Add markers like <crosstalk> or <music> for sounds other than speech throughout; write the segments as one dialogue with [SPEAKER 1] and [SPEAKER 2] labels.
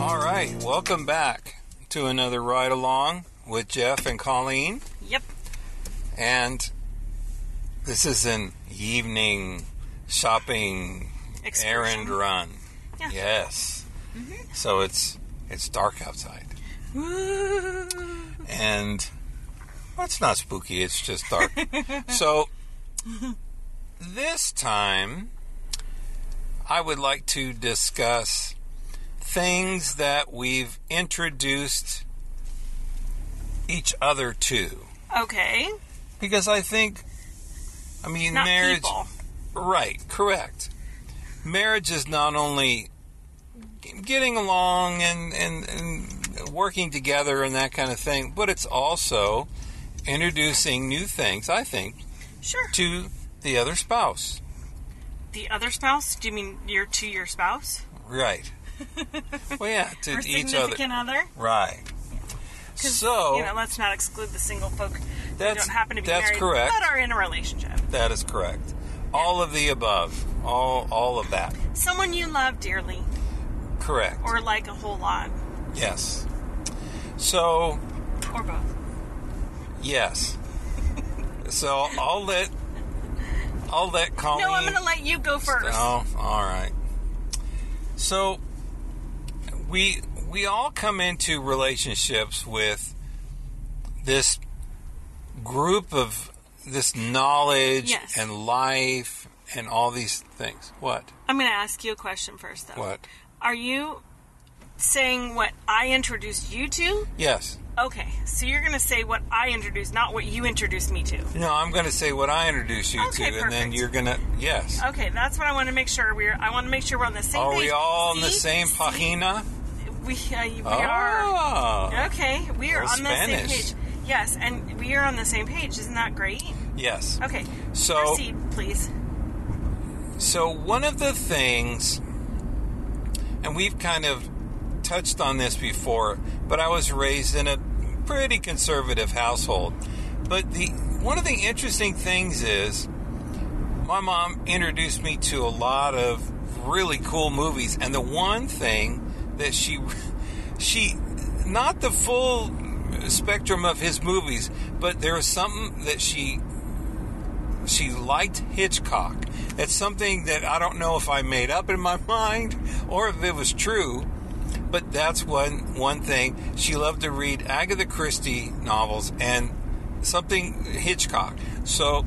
[SPEAKER 1] All right, welcome back to another ride along with Jeff and Colleen.
[SPEAKER 2] Yep.
[SPEAKER 1] And this is an evening shopping errand run.
[SPEAKER 2] Yeah.
[SPEAKER 1] Yes. So it's it's dark outside,
[SPEAKER 2] Woo.
[SPEAKER 1] and well, it's not spooky. It's just
[SPEAKER 2] <laughs>
[SPEAKER 1] dark. so this time, I would like to discuss things that we've introduced each other to,
[SPEAKER 2] Okay.
[SPEAKER 1] because I think, I mean,
[SPEAKER 2] Not
[SPEAKER 1] marriage.
[SPEAKER 2] people.
[SPEAKER 1] Right, correct. Marriage is not only getting along and, and, and working together and that kind of thing, but it's also introducing new things, I think,
[SPEAKER 2] Sure.
[SPEAKER 1] to the other spouse.
[SPEAKER 2] The other spouse? Do you mean your to your spouse? <laughs>
[SPEAKER 1] Right. well, yeah, to
[SPEAKER 2] or
[SPEAKER 1] each other.
[SPEAKER 2] significant other?
[SPEAKER 1] Right.
[SPEAKER 2] 'Cause,
[SPEAKER 1] So,
[SPEAKER 2] you know, let's not exclude the single folk who
[SPEAKER 1] that's,
[SPEAKER 2] don't happen to be
[SPEAKER 1] that's
[SPEAKER 2] married
[SPEAKER 1] correct.
[SPEAKER 2] but uh, are in a relationship.
[SPEAKER 1] That is correct. All of the above. All, all of that.
[SPEAKER 2] Someone you love dearly
[SPEAKER 1] Correct.
[SPEAKER 2] or like a whole lot
[SPEAKER 1] yes. So,
[SPEAKER 2] or both.
[SPEAKER 1] Yes. So I'll let I'll let Colleen.
[SPEAKER 2] No, I'm going to let you go first.
[SPEAKER 1] Oh, all right. So we we all come into relationships with this group of this knowledge
[SPEAKER 2] Yes.
[SPEAKER 1] and life and all these things. What?
[SPEAKER 2] I'm going to ask you a question first though.
[SPEAKER 1] What?
[SPEAKER 2] Are you saying what I introduced you to?
[SPEAKER 1] Yes.
[SPEAKER 2] Okay. So you're going to say what I introduced, not what you introduced me to.
[SPEAKER 1] No, I'm going to say what I introduce you
[SPEAKER 2] Okay,
[SPEAKER 1] to, and then
[SPEAKER 2] perfect.
[SPEAKER 1] you're going to yes.
[SPEAKER 2] Okay, that's what I want to make sure we're. I want to make sure we're on the same.
[SPEAKER 1] Are
[SPEAKER 2] page.
[SPEAKER 1] we all on the
[SPEAKER 2] See?
[SPEAKER 1] same pagina?
[SPEAKER 2] We, uh, we are.
[SPEAKER 1] Ah.
[SPEAKER 2] Okay, we are
[SPEAKER 1] Well,
[SPEAKER 2] on the
[SPEAKER 1] Spanish.
[SPEAKER 2] same page. Yes, and we are on the same page. Isn't that great?
[SPEAKER 1] Yes.
[SPEAKER 2] Okay,
[SPEAKER 1] So,
[SPEAKER 2] proceed, please.
[SPEAKER 1] so one of the things, and we've kind of touched on this before, but I was raised in a pretty conservative household. But the one of the interesting things is, my mom introduced me to a lot of really cool movies, and the one thing that she <laughs> she not the full spectrum of his movies, but there was something that she she liked Hitchcock. That's something that I don't know if I made up in my <laughs> mind or if it was true, but that's one one thing. She loved to read Agatha Christie novels and something Hitchcock. So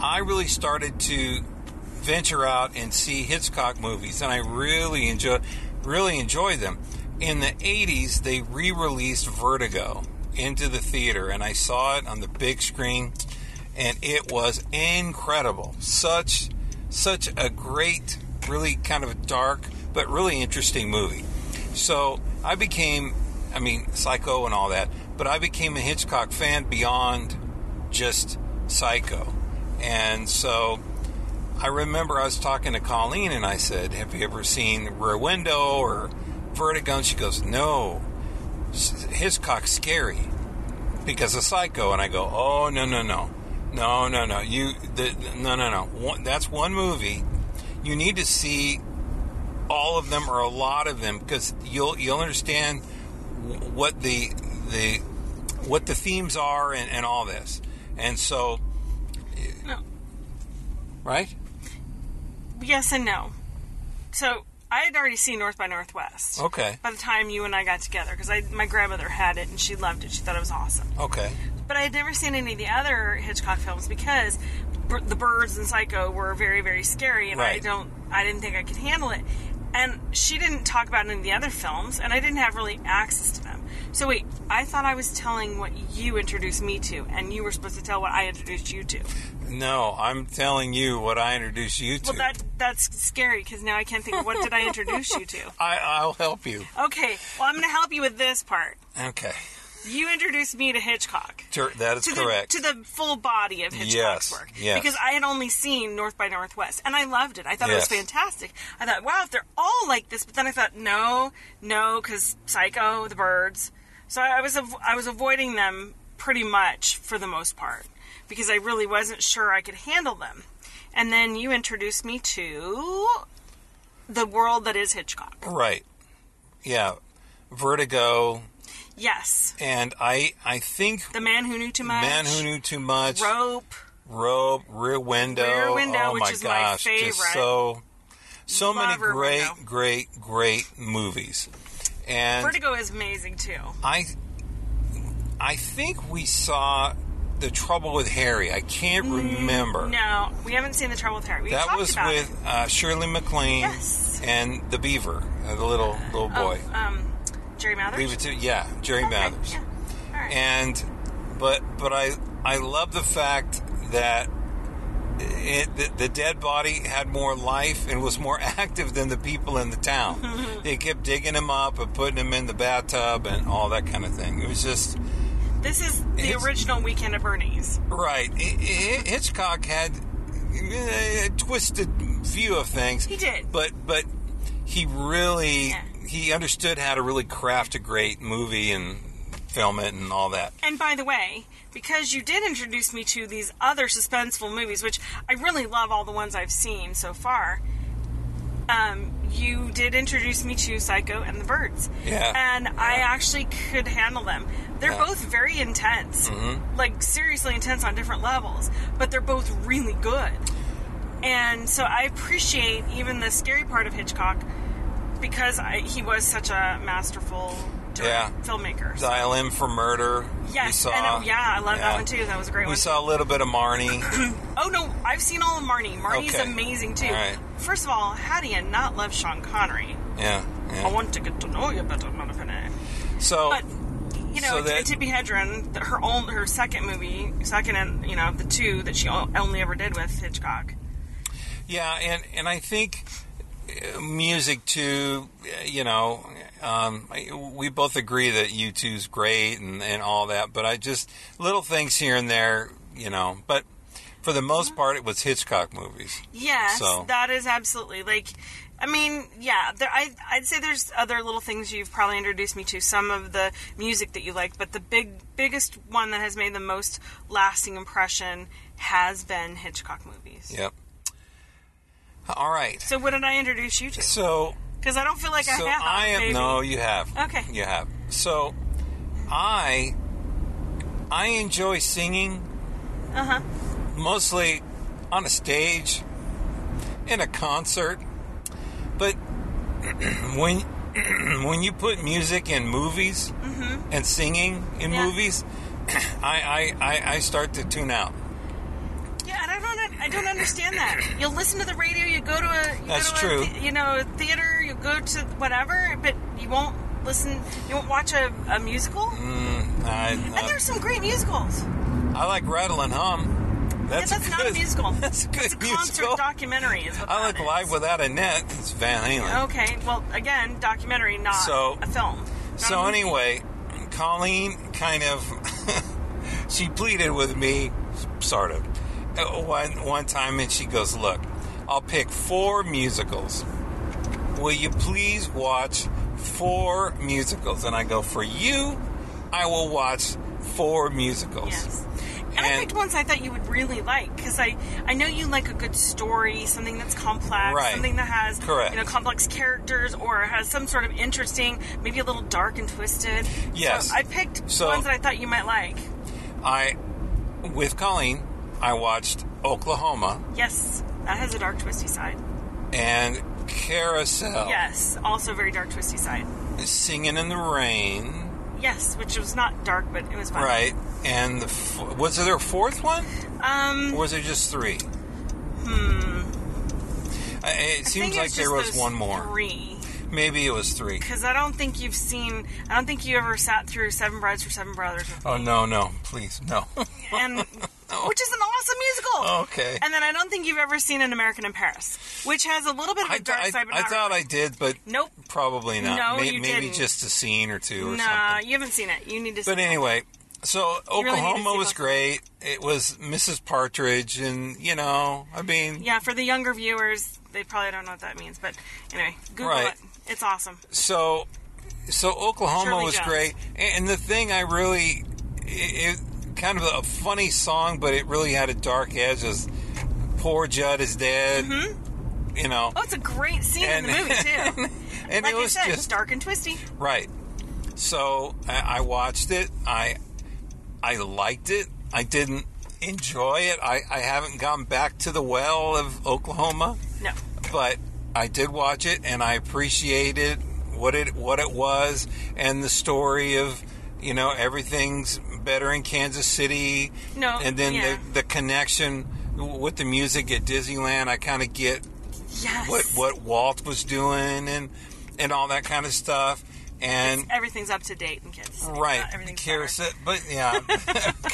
[SPEAKER 1] I really started to venture out and see Hitchcock movies and I really enjoy really enjoy them. In the 80s they re-released Vertigo into the theater and I saw it on the big screen and it was incredible. Such such a great, really kind of dark but really interesting movie. So I became, I mean, Psycho and all that, but I became a Hitchcock fan beyond just Psycho, and so. I remember I was talking to Colleen and I said, Have you ever seen Rear Window or Vertigo? And she goes, No. Hitchcock's scary because of Psycho, and I go, oh no no no, no no no, you the, the- no no no, one, that's one movie. You need to see all of them or a lot of them because you'll you'll understand wh- what the the what the themes are and, and all this, and so
[SPEAKER 2] No.
[SPEAKER 1] right,
[SPEAKER 2] Yes and no. So I had already seen North by Northwest
[SPEAKER 1] okay,
[SPEAKER 2] by the time you and I got together because I my grandmother had it and she loved it. She thought it was awesome.
[SPEAKER 1] okay,
[SPEAKER 2] But I had never seen any of the other Hitchcock films because b- the birds and Psycho were very, very scary, and I
[SPEAKER 1] Right.
[SPEAKER 2] don't, I didn't think I could handle it. And she didn't talk about any of the other films, and I didn't have really access to them. So wait, I thought I was telling what you introduced me to, and you were supposed to tell what I introduced you to.
[SPEAKER 1] no, I'm telling you what I introduced you to.
[SPEAKER 2] Well, that that's scary because now I can't think. What did I introduce you
[SPEAKER 1] <laughs>
[SPEAKER 2] to?
[SPEAKER 1] I I'll help you.
[SPEAKER 2] Okay, well I'm going to help you with this part.
[SPEAKER 1] Okay,
[SPEAKER 2] You introduced me to Hitchcock.
[SPEAKER 1] Tur- that is
[SPEAKER 2] to
[SPEAKER 1] correct.
[SPEAKER 2] The, to the full body of Hitchcock's
[SPEAKER 1] Yes,
[SPEAKER 2] work.
[SPEAKER 1] yes.
[SPEAKER 2] Because I had only seen North by Northwest, and I loved it. I thought
[SPEAKER 1] Yes.
[SPEAKER 2] it was fantastic. I thought, wow, if they're all like this, but then I thought, no, no, because Psycho, the birds. So I, I was av- I was avoiding them pretty much for the most part because I really wasn't sure I could handle them. And then you introduced me to the world that is Hitchcock.
[SPEAKER 1] Right. Yeah. Vertigo,
[SPEAKER 2] Yes.
[SPEAKER 1] and I I think
[SPEAKER 2] The Man Who Knew Too Much.
[SPEAKER 1] Man Who Knew Too Much,
[SPEAKER 2] Rope.
[SPEAKER 1] Rope, Rear Window,
[SPEAKER 2] Rear Window,
[SPEAKER 1] oh
[SPEAKER 2] which
[SPEAKER 1] my
[SPEAKER 2] is my
[SPEAKER 1] gosh, just
[SPEAKER 2] favorite.
[SPEAKER 1] so so many
[SPEAKER 2] Love Rear
[SPEAKER 1] great,
[SPEAKER 2] Window.
[SPEAKER 1] great, great movies. And
[SPEAKER 2] Vertigo is amazing too.
[SPEAKER 1] I I think we saw the trouble with Harry. I can't remember.
[SPEAKER 2] Mm, No, we haven't seen The Trouble with Harry. We
[SPEAKER 1] that
[SPEAKER 2] talked
[SPEAKER 1] was
[SPEAKER 2] about
[SPEAKER 1] with uh, Shirley MacLaine
[SPEAKER 2] Yes.
[SPEAKER 1] and the Beaver, uh, the little little
[SPEAKER 2] it.
[SPEAKER 1] boy.
[SPEAKER 2] Oh, um, Jerry Mathers.
[SPEAKER 1] Leave it to yeah, Jerry
[SPEAKER 2] Okay,
[SPEAKER 1] Mathers.
[SPEAKER 2] yeah. All right.
[SPEAKER 1] And but but I I love the fact that it, the, the dead body had more life and was more <laughs> active than the people in the
[SPEAKER 2] <laughs>
[SPEAKER 1] town. they kept digging him up and putting him in the bathtub and all that kind of thing. It was just
[SPEAKER 2] this is the
[SPEAKER 1] it's-
[SPEAKER 2] original Weekend at Bernie's.
[SPEAKER 1] Right. Hi- Hi- Hitchcock had eh, a twisted view of things.
[SPEAKER 2] He did.
[SPEAKER 1] But but he really
[SPEAKER 2] Yeah.
[SPEAKER 1] he understood how to really craft a great movie and film it and all that.
[SPEAKER 2] And by the way, because you did introduce me to these other suspenseful movies, which I really love all the ones I've seen so far, um, you did introduce me to Psycho and the Birds.
[SPEAKER 1] Yeah.
[SPEAKER 2] And I actually could handle them. They're
[SPEAKER 1] Yeah. Mm-hmm.
[SPEAKER 2] both very intense, like seriously intense on different levels, but they're both really good. And so I appreciate even the scary part of Hitchcock because I, he was such a masterful
[SPEAKER 1] Yeah.
[SPEAKER 2] direct filmmaker.
[SPEAKER 1] Dial M for Murder. we
[SPEAKER 2] Yes,
[SPEAKER 1] saw,
[SPEAKER 2] and uh, yeah, I love
[SPEAKER 1] yeah.
[SPEAKER 2] that one too. That was a great
[SPEAKER 1] We
[SPEAKER 2] one.
[SPEAKER 1] saw a little bit of
[SPEAKER 2] <clears throat>
[SPEAKER 1] Marnie.
[SPEAKER 2] oh no, I've seen all of Marnie. Marnie's
[SPEAKER 1] Okay.
[SPEAKER 2] amazing too.
[SPEAKER 1] All right.
[SPEAKER 2] First of all, how do you not love Sean Connery?
[SPEAKER 1] yeah. yeah.
[SPEAKER 2] I want to get to know you better, motherfucker.
[SPEAKER 1] so
[SPEAKER 2] But you know,
[SPEAKER 1] So that-
[SPEAKER 2] it's Tippi Hedren, th- her own, her second movie, second, and you know, of the two that she o- only ever did with Hitchcock.
[SPEAKER 1] Yeah, and and I think uh, music too. uh, You know, um, I- we both agree that U two's great and and all that, but I just little things here and there. You know, but for the most part, it was Hitchcock movies.
[SPEAKER 2] Yes,
[SPEAKER 1] So-
[SPEAKER 2] that is absolutely like. I mean, yeah, there, I, I'd say there's other little things you've probably introduced me to. Some of the music that you liked, but the big, biggest one that has made the most lasting impression has been Hitchcock movies.
[SPEAKER 1] Yep. All right.
[SPEAKER 2] So, what did I introduce you to?
[SPEAKER 1] So
[SPEAKER 2] Because I don't feel like
[SPEAKER 1] so
[SPEAKER 2] <laughs> I have.
[SPEAKER 1] I am
[SPEAKER 2] baby.
[SPEAKER 1] no, you have.
[SPEAKER 2] Okay.
[SPEAKER 1] You have. So I I enjoy singing
[SPEAKER 2] Uh-huh.
[SPEAKER 1] mostly on a stage in a concert. But <clears throat> when <clears throat> when you put music in movies and singing in
[SPEAKER 2] Mm-hmm. Yeah.
[SPEAKER 1] movies, <clears throat> I, I, I, I start to tune out.
[SPEAKER 2] Yeah, and I don't. I don't understand that. You'll listen to the radio. You go to a. You
[SPEAKER 1] That's
[SPEAKER 2] go to
[SPEAKER 1] true.
[SPEAKER 2] A, the- you know, a theater. You go to whatever, but you won't listen. You won't watch a, a musical. And
[SPEAKER 1] Mm, I, uh,
[SPEAKER 2] there's some great musicals.
[SPEAKER 1] I, I like Rattle and Hum. That's,
[SPEAKER 2] yeah, that's not a
[SPEAKER 1] good- <laughs>
[SPEAKER 2] musical.
[SPEAKER 1] That's a good
[SPEAKER 2] It's a
[SPEAKER 1] musical.
[SPEAKER 2] concert documentary. Is what
[SPEAKER 1] I
[SPEAKER 2] that
[SPEAKER 1] like
[SPEAKER 2] is.
[SPEAKER 1] Live Without a Net. It's Van Halen.
[SPEAKER 2] Okay, well, again, documentary, not
[SPEAKER 1] So-
[SPEAKER 2] a film. Not
[SPEAKER 1] So
[SPEAKER 2] a-
[SPEAKER 1] anyway, Colleen kind of <laughs> she pleaded with me, sort of, uh, one one time, and she goes, "Look, I'll pick four musicals. Will you please watch four musicals?" And I go, "For you, I will watch four musicals."
[SPEAKER 2] Yes. And, I
[SPEAKER 1] And-
[SPEAKER 2] picked ones I thought you would really like because I, I know you like a good story, something that's complex,
[SPEAKER 1] Right.
[SPEAKER 2] something that has
[SPEAKER 1] Correct.
[SPEAKER 2] you know complex characters or has some sort of interesting, maybe a little dark and twisted.
[SPEAKER 1] Yes.
[SPEAKER 2] So I picked
[SPEAKER 1] So-
[SPEAKER 2] ones that I thought you might like.
[SPEAKER 1] I, with Colleen, I watched Oklahoma
[SPEAKER 2] Yes, that has a dark, twisty side.
[SPEAKER 1] and Carousel,
[SPEAKER 2] Yes, also very dark, twisty side.
[SPEAKER 1] Singing in the Rain.
[SPEAKER 2] Yes, which was not dark, but it was fun.
[SPEAKER 1] Right. And the f- was there a fourth one,
[SPEAKER 2] Um, hmm.
[SPEAKER 1] or was there just three? Hmm. it
[SPEAKER 2] I
[SPEAKER 1] seems
[SPEAKER 2] think
[SPEAKER 1] like
[SPEAKER 2] it's
[SPEAKER 1] there
[SPEAKER 2] just
[SPEAKER 1] was
[SPEAKER 2] those
[SPEAKER 1] one more.
[SPEAKER 2] Three,
[SPEAKER 1] Maybe it was three.
[SPEAKER 2] because I don't think you've seen. I don't think you ever sat through Seven Brides for Seven Brothers, with
[SPEAKER 1] Oh
[SPEAKER 2] me.
[SPEAKER 1] no, no, please, no. <laughs>
[SPEAKER 2] and which is an awesome musical.
[SPEAKER 1] okay.
[SPEAKER 2] And then I don't think you've ever seen An American in Paris, which has a little bit of a
[SPEAKER 1] I,
[SPEAKER 2] dark
[SPEAKER 1] I,
[SPEAKER 2] side, but
[SPEAKER 1] I
[SPEAKER 2] not
[SPEAKER 1] thought I did, but
[SPEAKER 2] Nope.
[SPEAKER 1] probably not.
[SPEAKER 2] No,
[SPEAKER 1] May-
[SPEAKER 2] you
[SPEAKER 1] maybe
[SPEAKER 2] didn't.
[SPEAKER 1] just a scene or two <laughs> or
[SPEAKER 2] Nah,
[SPEAKER 1] something.
[SPEAKER 2] you haven't seen it. You need to.
[SPEAKER 1] But
[SPEAKER 2] see it.
[SPEAKER 1] anyway, so
[SPEAKER 2] really need to
[SPEAKER 1] Oklahoma
[SPEAKER 2] see
[SPEAKER 1] was
[SPEAKER 2] both.
[SPEAKER 1] great. It was Mrs. Partridge, and you know, I mean,
[SPEAKER 2] Yeah, for the younger viewers, they probably don't know what that means. But anyway, Google
[SPEAKER 1] Right.
[SPEAKER 2] it. It's awesome.
[SPEAKER 1] so so Oklahoma
[SPEAKER 2] Shirley
[SPEAKER 1] was
[SPEAKER 2] Jones.
[SPEAKER 1] great, and, and the thing I really it, it kind of a funny song, but it really had a dark edge. Is poor Judd is dead, you know, <laughs>
[SPEAKER 2] Oh, it's a great scene in the movie too.
[SPEAKER 1] and
[SPEAKER 2] Mm-hmm. Oh,
[SPEAKER 1] it
[SPEAKER 2] like I
[SPEAKER 1] was
[SPEAKER 2] said,
[SPEAKER 1] just
[SPEAKER 2] dark and twisty.
[SPEAKER 1] right. So I, I watched it. I I liked it. I didn't enjoy it. I, I haven't gone back to the well of Oklahoma,
[SPEAKER 2] No.
[SPEAKER 1] but I did watch it and I appreciated what it what it was and the story of you know everything's better in Kansas City.
[SPEAKER 2] No,
[SPEAKER 1] and then
[SPEAKER 2] Oh, yeah.
[SPEAKER 1] the the connection with the music at Disneyland. I kind of get
[SPEAKER 2] Yes.
[SPEAKER 1] what what Walt was doing and and all that kind of stuff. And
[SPEAKER 2] Everything's up to date in Kansas City.
[SPEAKER 1] right
[SPEAKER 2] Not Everything's better.
[SPEAKER 1] carousel but yeah <laughs>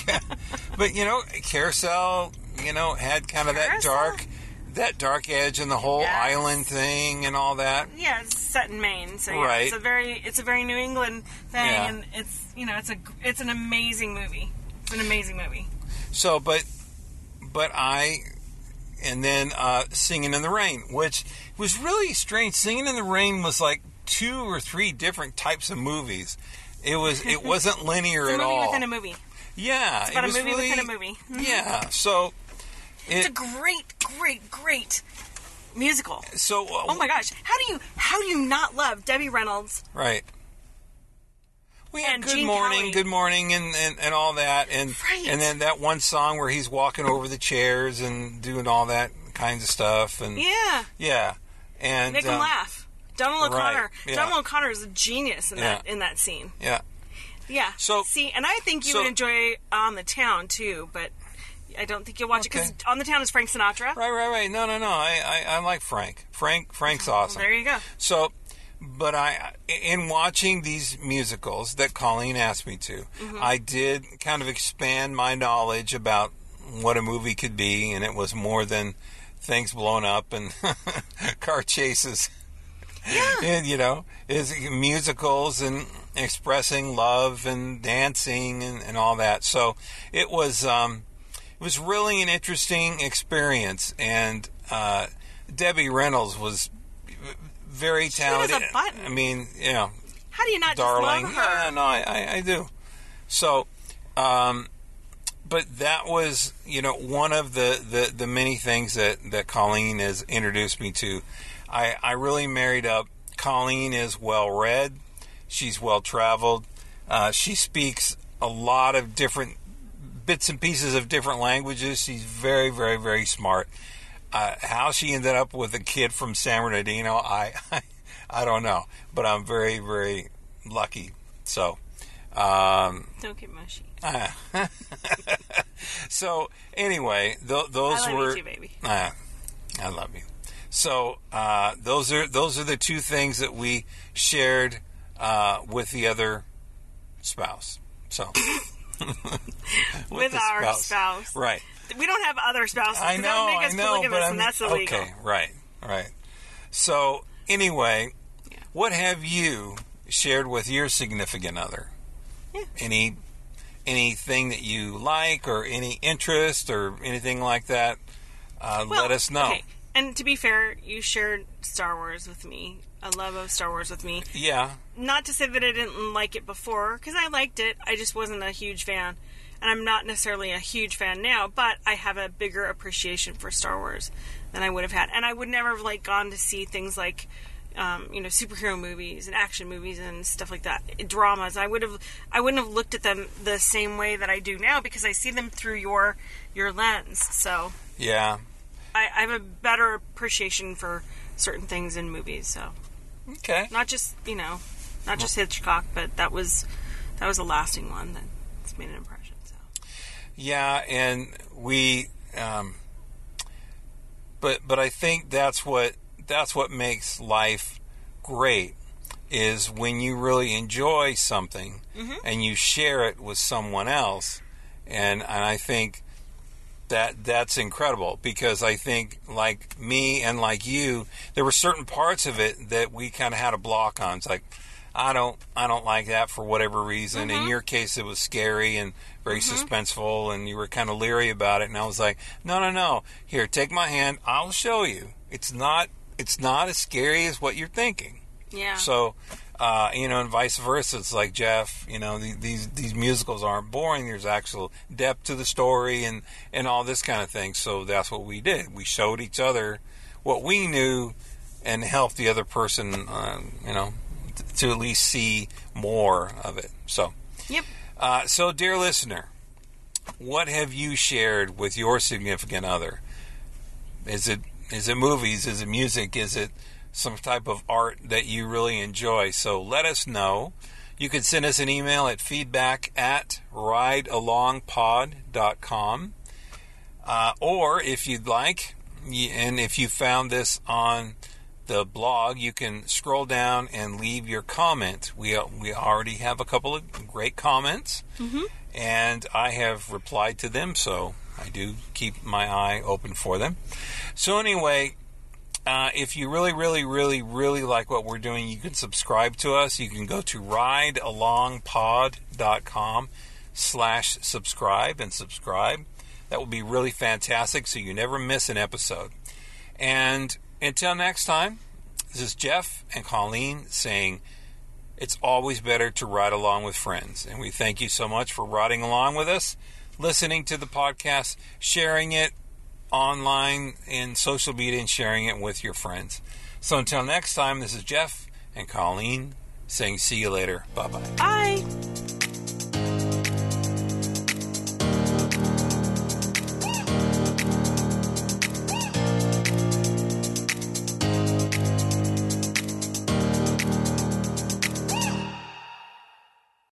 [SPEAKER 1] but you know carousel you know had kind of that
[SPEAKER 2] Carousel?
[SPEAKER 1] dark that dark edge and the whole
[SPEAKER 2] Yes.
[SPEAKER 1] island thing and all that
[SPEAKER 2] Yeah, it's set in Maine, so yeah,
[SPEAKER 1] Right.
[SPEAKER 2] it's a very it's a very New England thing,
[SPEAKER 1] Yeah.
[SPEAKER 2] and it's you know it's a it's an amazing movie. It's an amazing movie.
[SPEAKER 1] so but but i and then uh singing in the rain which was really strange singing in the rain was like two or three different types of movies it was
[SPEAKER 2] <laughs>
[SPEAKER 1] it wasn't linear
[SPEAKER 2] It's a
[SPEAKER 1] at
[SPEAKER 2] movie
[SPEAKER 1] all
[SPEAKER 2] within a movie.
[SPEAKER 1] yeah
[SPEAKER 2] It's about
[SPEAKER 1] it
[SPEAKER 2] a
[SPEAKER 1] was
[SPEAKER 2] movie
[SPEAKER 1] really
[SPEAKER 2] within a mm-hmm. movie.
[SPEAKER 1] yeah so
[SPEAKER 2] It's
[SPEAKER 1] it,
[SPEAKER 2] a great, great, great musical.
[SPEAKER 1] so uh,
[SPEAKER 2] Oh my gosh, how do you how do you not love Debbie Reynolds?
[SPEAKER 1] Right. We had
[SPEAKER 2] And
[SPEAKER 1] good
[SPEAKER 2] Gene
[SPEAKER 1] morning,
[SPEAKER 2] Kelly.
[SPEAKER 1] good morning, and, and, and all that, and
[SPEAKER 2] Right.
[SPEAKER 1] and then that one song where he's walking over the chairs and doing all that kinds of stuff, and
[SPEAKER 2] Yeah,
[SPEAKER 1] yeah. and
[SPEAKER 2] make him
[SPEAKER 1] um,
[SPEAKER 2] laugh. Donald
[SPEAKER 1] right,
[SPEAKER 2] O'Connor.
[SPEAKER 1] yeah.
[SPEAKER 2] Donald O'Connor is a genius in that
[SPEAKER 1] Yeah.
[SPEAKER 2] in that scene.
[SPEAKER 1] Yeah,
[SPEAKER 2] Yeah.
[SPEAKER 1] So-
[SPEAKER 2] see, and I think you
[SPEAKER 1] so-
[SPEAKER 2] would enjoy On the Town too, but I don't think you'll watch it
[SPEAKER 1] Okay.
[SPEAKER 2] because On the Town is Frank Sinatra.
[SPEAKER 1] right, right, right. No, no, no. I, I, I like Frank. Frank Frank's awesome.
[SPEAKER 2] There you go.
[SPEAKER 1] So, but I, in watching these musicals that Colleen asked me to, I did kind of expand my knowledge about what a movie could be, and it was more than things blown up and <laughs> car chases. Yeah. And, you know, is musicals and expressing love and dancing and, and all that. So it was, um, it was really an interesting experience. And uh, Debbie Reynolds was very
[SPEAKER 2] was a
[SPEAKER 1] talented.
[SPEAKER 2] button.
[SPEAKER 1] I mean, you know,
[SPEAKER 2] How do you not
[SPEAKER 1] darling.
[SPEAKER 2] just love her?
[SPEAKER 1] Yeah, no, I, I, I do. So, um, but that was you know one of the, the, the many things that, that Colleen has introduced me to. I, I really married up. Colleen is well read. She's well traveled. Uh, she speaks a lot of different bits and pieces of different languages. She's very, very, very smart. Uh, how she ended up with a kid from San Bernardino, I, <laughs> I, I don't know. But I'm very, very lucky. So, um,
[SPEAKER 2] Don't get mushy.
[SPEAKER 1] so anyway, th- those
[SPEAKER 2] I love
[SPEAKER 1] were.
[SPEAKER 2] you too, baby.
[SPEAKER 1] Ah, I love you. So uh, those are those are the two things that we shared uh, with the other spouse. So <laughs> with,
[SPEAKER 2] <laughs> With
[SPEAKER 1] the
[SPEAKER 2] our spouse.
[SPEAKER 1] right?
[SPEAKER 2] We don't have other spouses.
[SPEAKER 1] I
[SPEAKER 2] 'cause
[SPEAKER 1] know,
[SPEAKER 2] That would make
[SPEAKER 1] I
[SPEAKER 2] us
[SPEAKER 1] know,
[SPEAKER 2] polygamists,
[SPEAKER 1] but I'm
[SPEAKER 2] and that's illegal.
[SPEAKER 1] okay. Right, right. So anyway, what have you shared with your significant other?
[SPEAKER 2] Yeah.
[SPEAKER 1] Any anything that you like, or any interest, or anything like that? Uh,
[SPEAKER 2] Well,
[SPEAKER 1] let us know.
[SPEAKER 2] Okay. And to be fair, you shared Star Wars with me. A love of Star Wars with me.
[SPEAKER 1] Yeah.
[SPEAKER 2] Not to say that I didn't like it before, because I liked it. I just wasn't a huge fan, and I'm not necessarily a huge fan now. But I have a bigger appreciation for Star Wars than I would have had, and I would never have like gone to see things like, um, you know, superhero movies and action movies and stuff like that, dramas. I would have, I wouldn't have looked at them the same way that I do now because I see them through your your lens. So
[SPEAKER 1] Yeah.
[SPEAKER 2] I, I have a better appreciation for certain things in movies. So
[SPEAKER 1] Okay.
[SPEAKER 2] not just you know, not just Hitchcock, but that was that was a lasting one that's made an impression. So
[SPEAKER 1] Yeah, and we, um, but but I think that's what that's what makes life great is when you really enjoy something and you share it with someone else, and and I think that that's incredible because I think like me and like you, there were certain parts of it that we kind of had a block on. It's like I don't I don't like that for whatever reason. In your case, it was scary and very suspenseful, and you were kind of leery about it. And I was like, no, no, no. Here, take my hand. I'll show you. It's not it's not as scary as what you're thinking.
[SPEAKER 2] yeah,
[SPEAKER 1] So, uh, you know, and vice versa. It's like Jeff, you know, the- these these musicals aren't boring. There's actual depth to the story and and all this kind of thing. So that's what we did. We showed each other what we knew and helped the other person, uh, you know, to at least see more of it. So,
[SPEAKER 2] Yep.
[SPEAKER 1] uh, so dear listener, what have you shared with your significant other? Is it is it movies? Is it music? Is it some type of art that you really enjoy? So let us know. You can send us an email at feedback at ridealongpod.com. Uh, or if you'd like, y- and if you found this on the blog, you can scroll down and leave your comment. We, uh, we already have a couple of great comments, and I have replied to them, so I do keep my eye open for them. So, anyway, uh, if you really, really, really, really like what we're doing, you can subscribe to us. You can go to ridealongpod.com slash subscribe and subscribe. That would be really fantastic so you never miss an episode. And until next time, this is Jeff and Colleen saying it's always better to ride along with friends. And we thank you so much for riding along with us, listening to the podcast, sharing it online in social media, and sharing it with your friends. So until next time, this is Jeff and Colleen saying see you later. Bye bye.
[SPEAKER 2] Bye.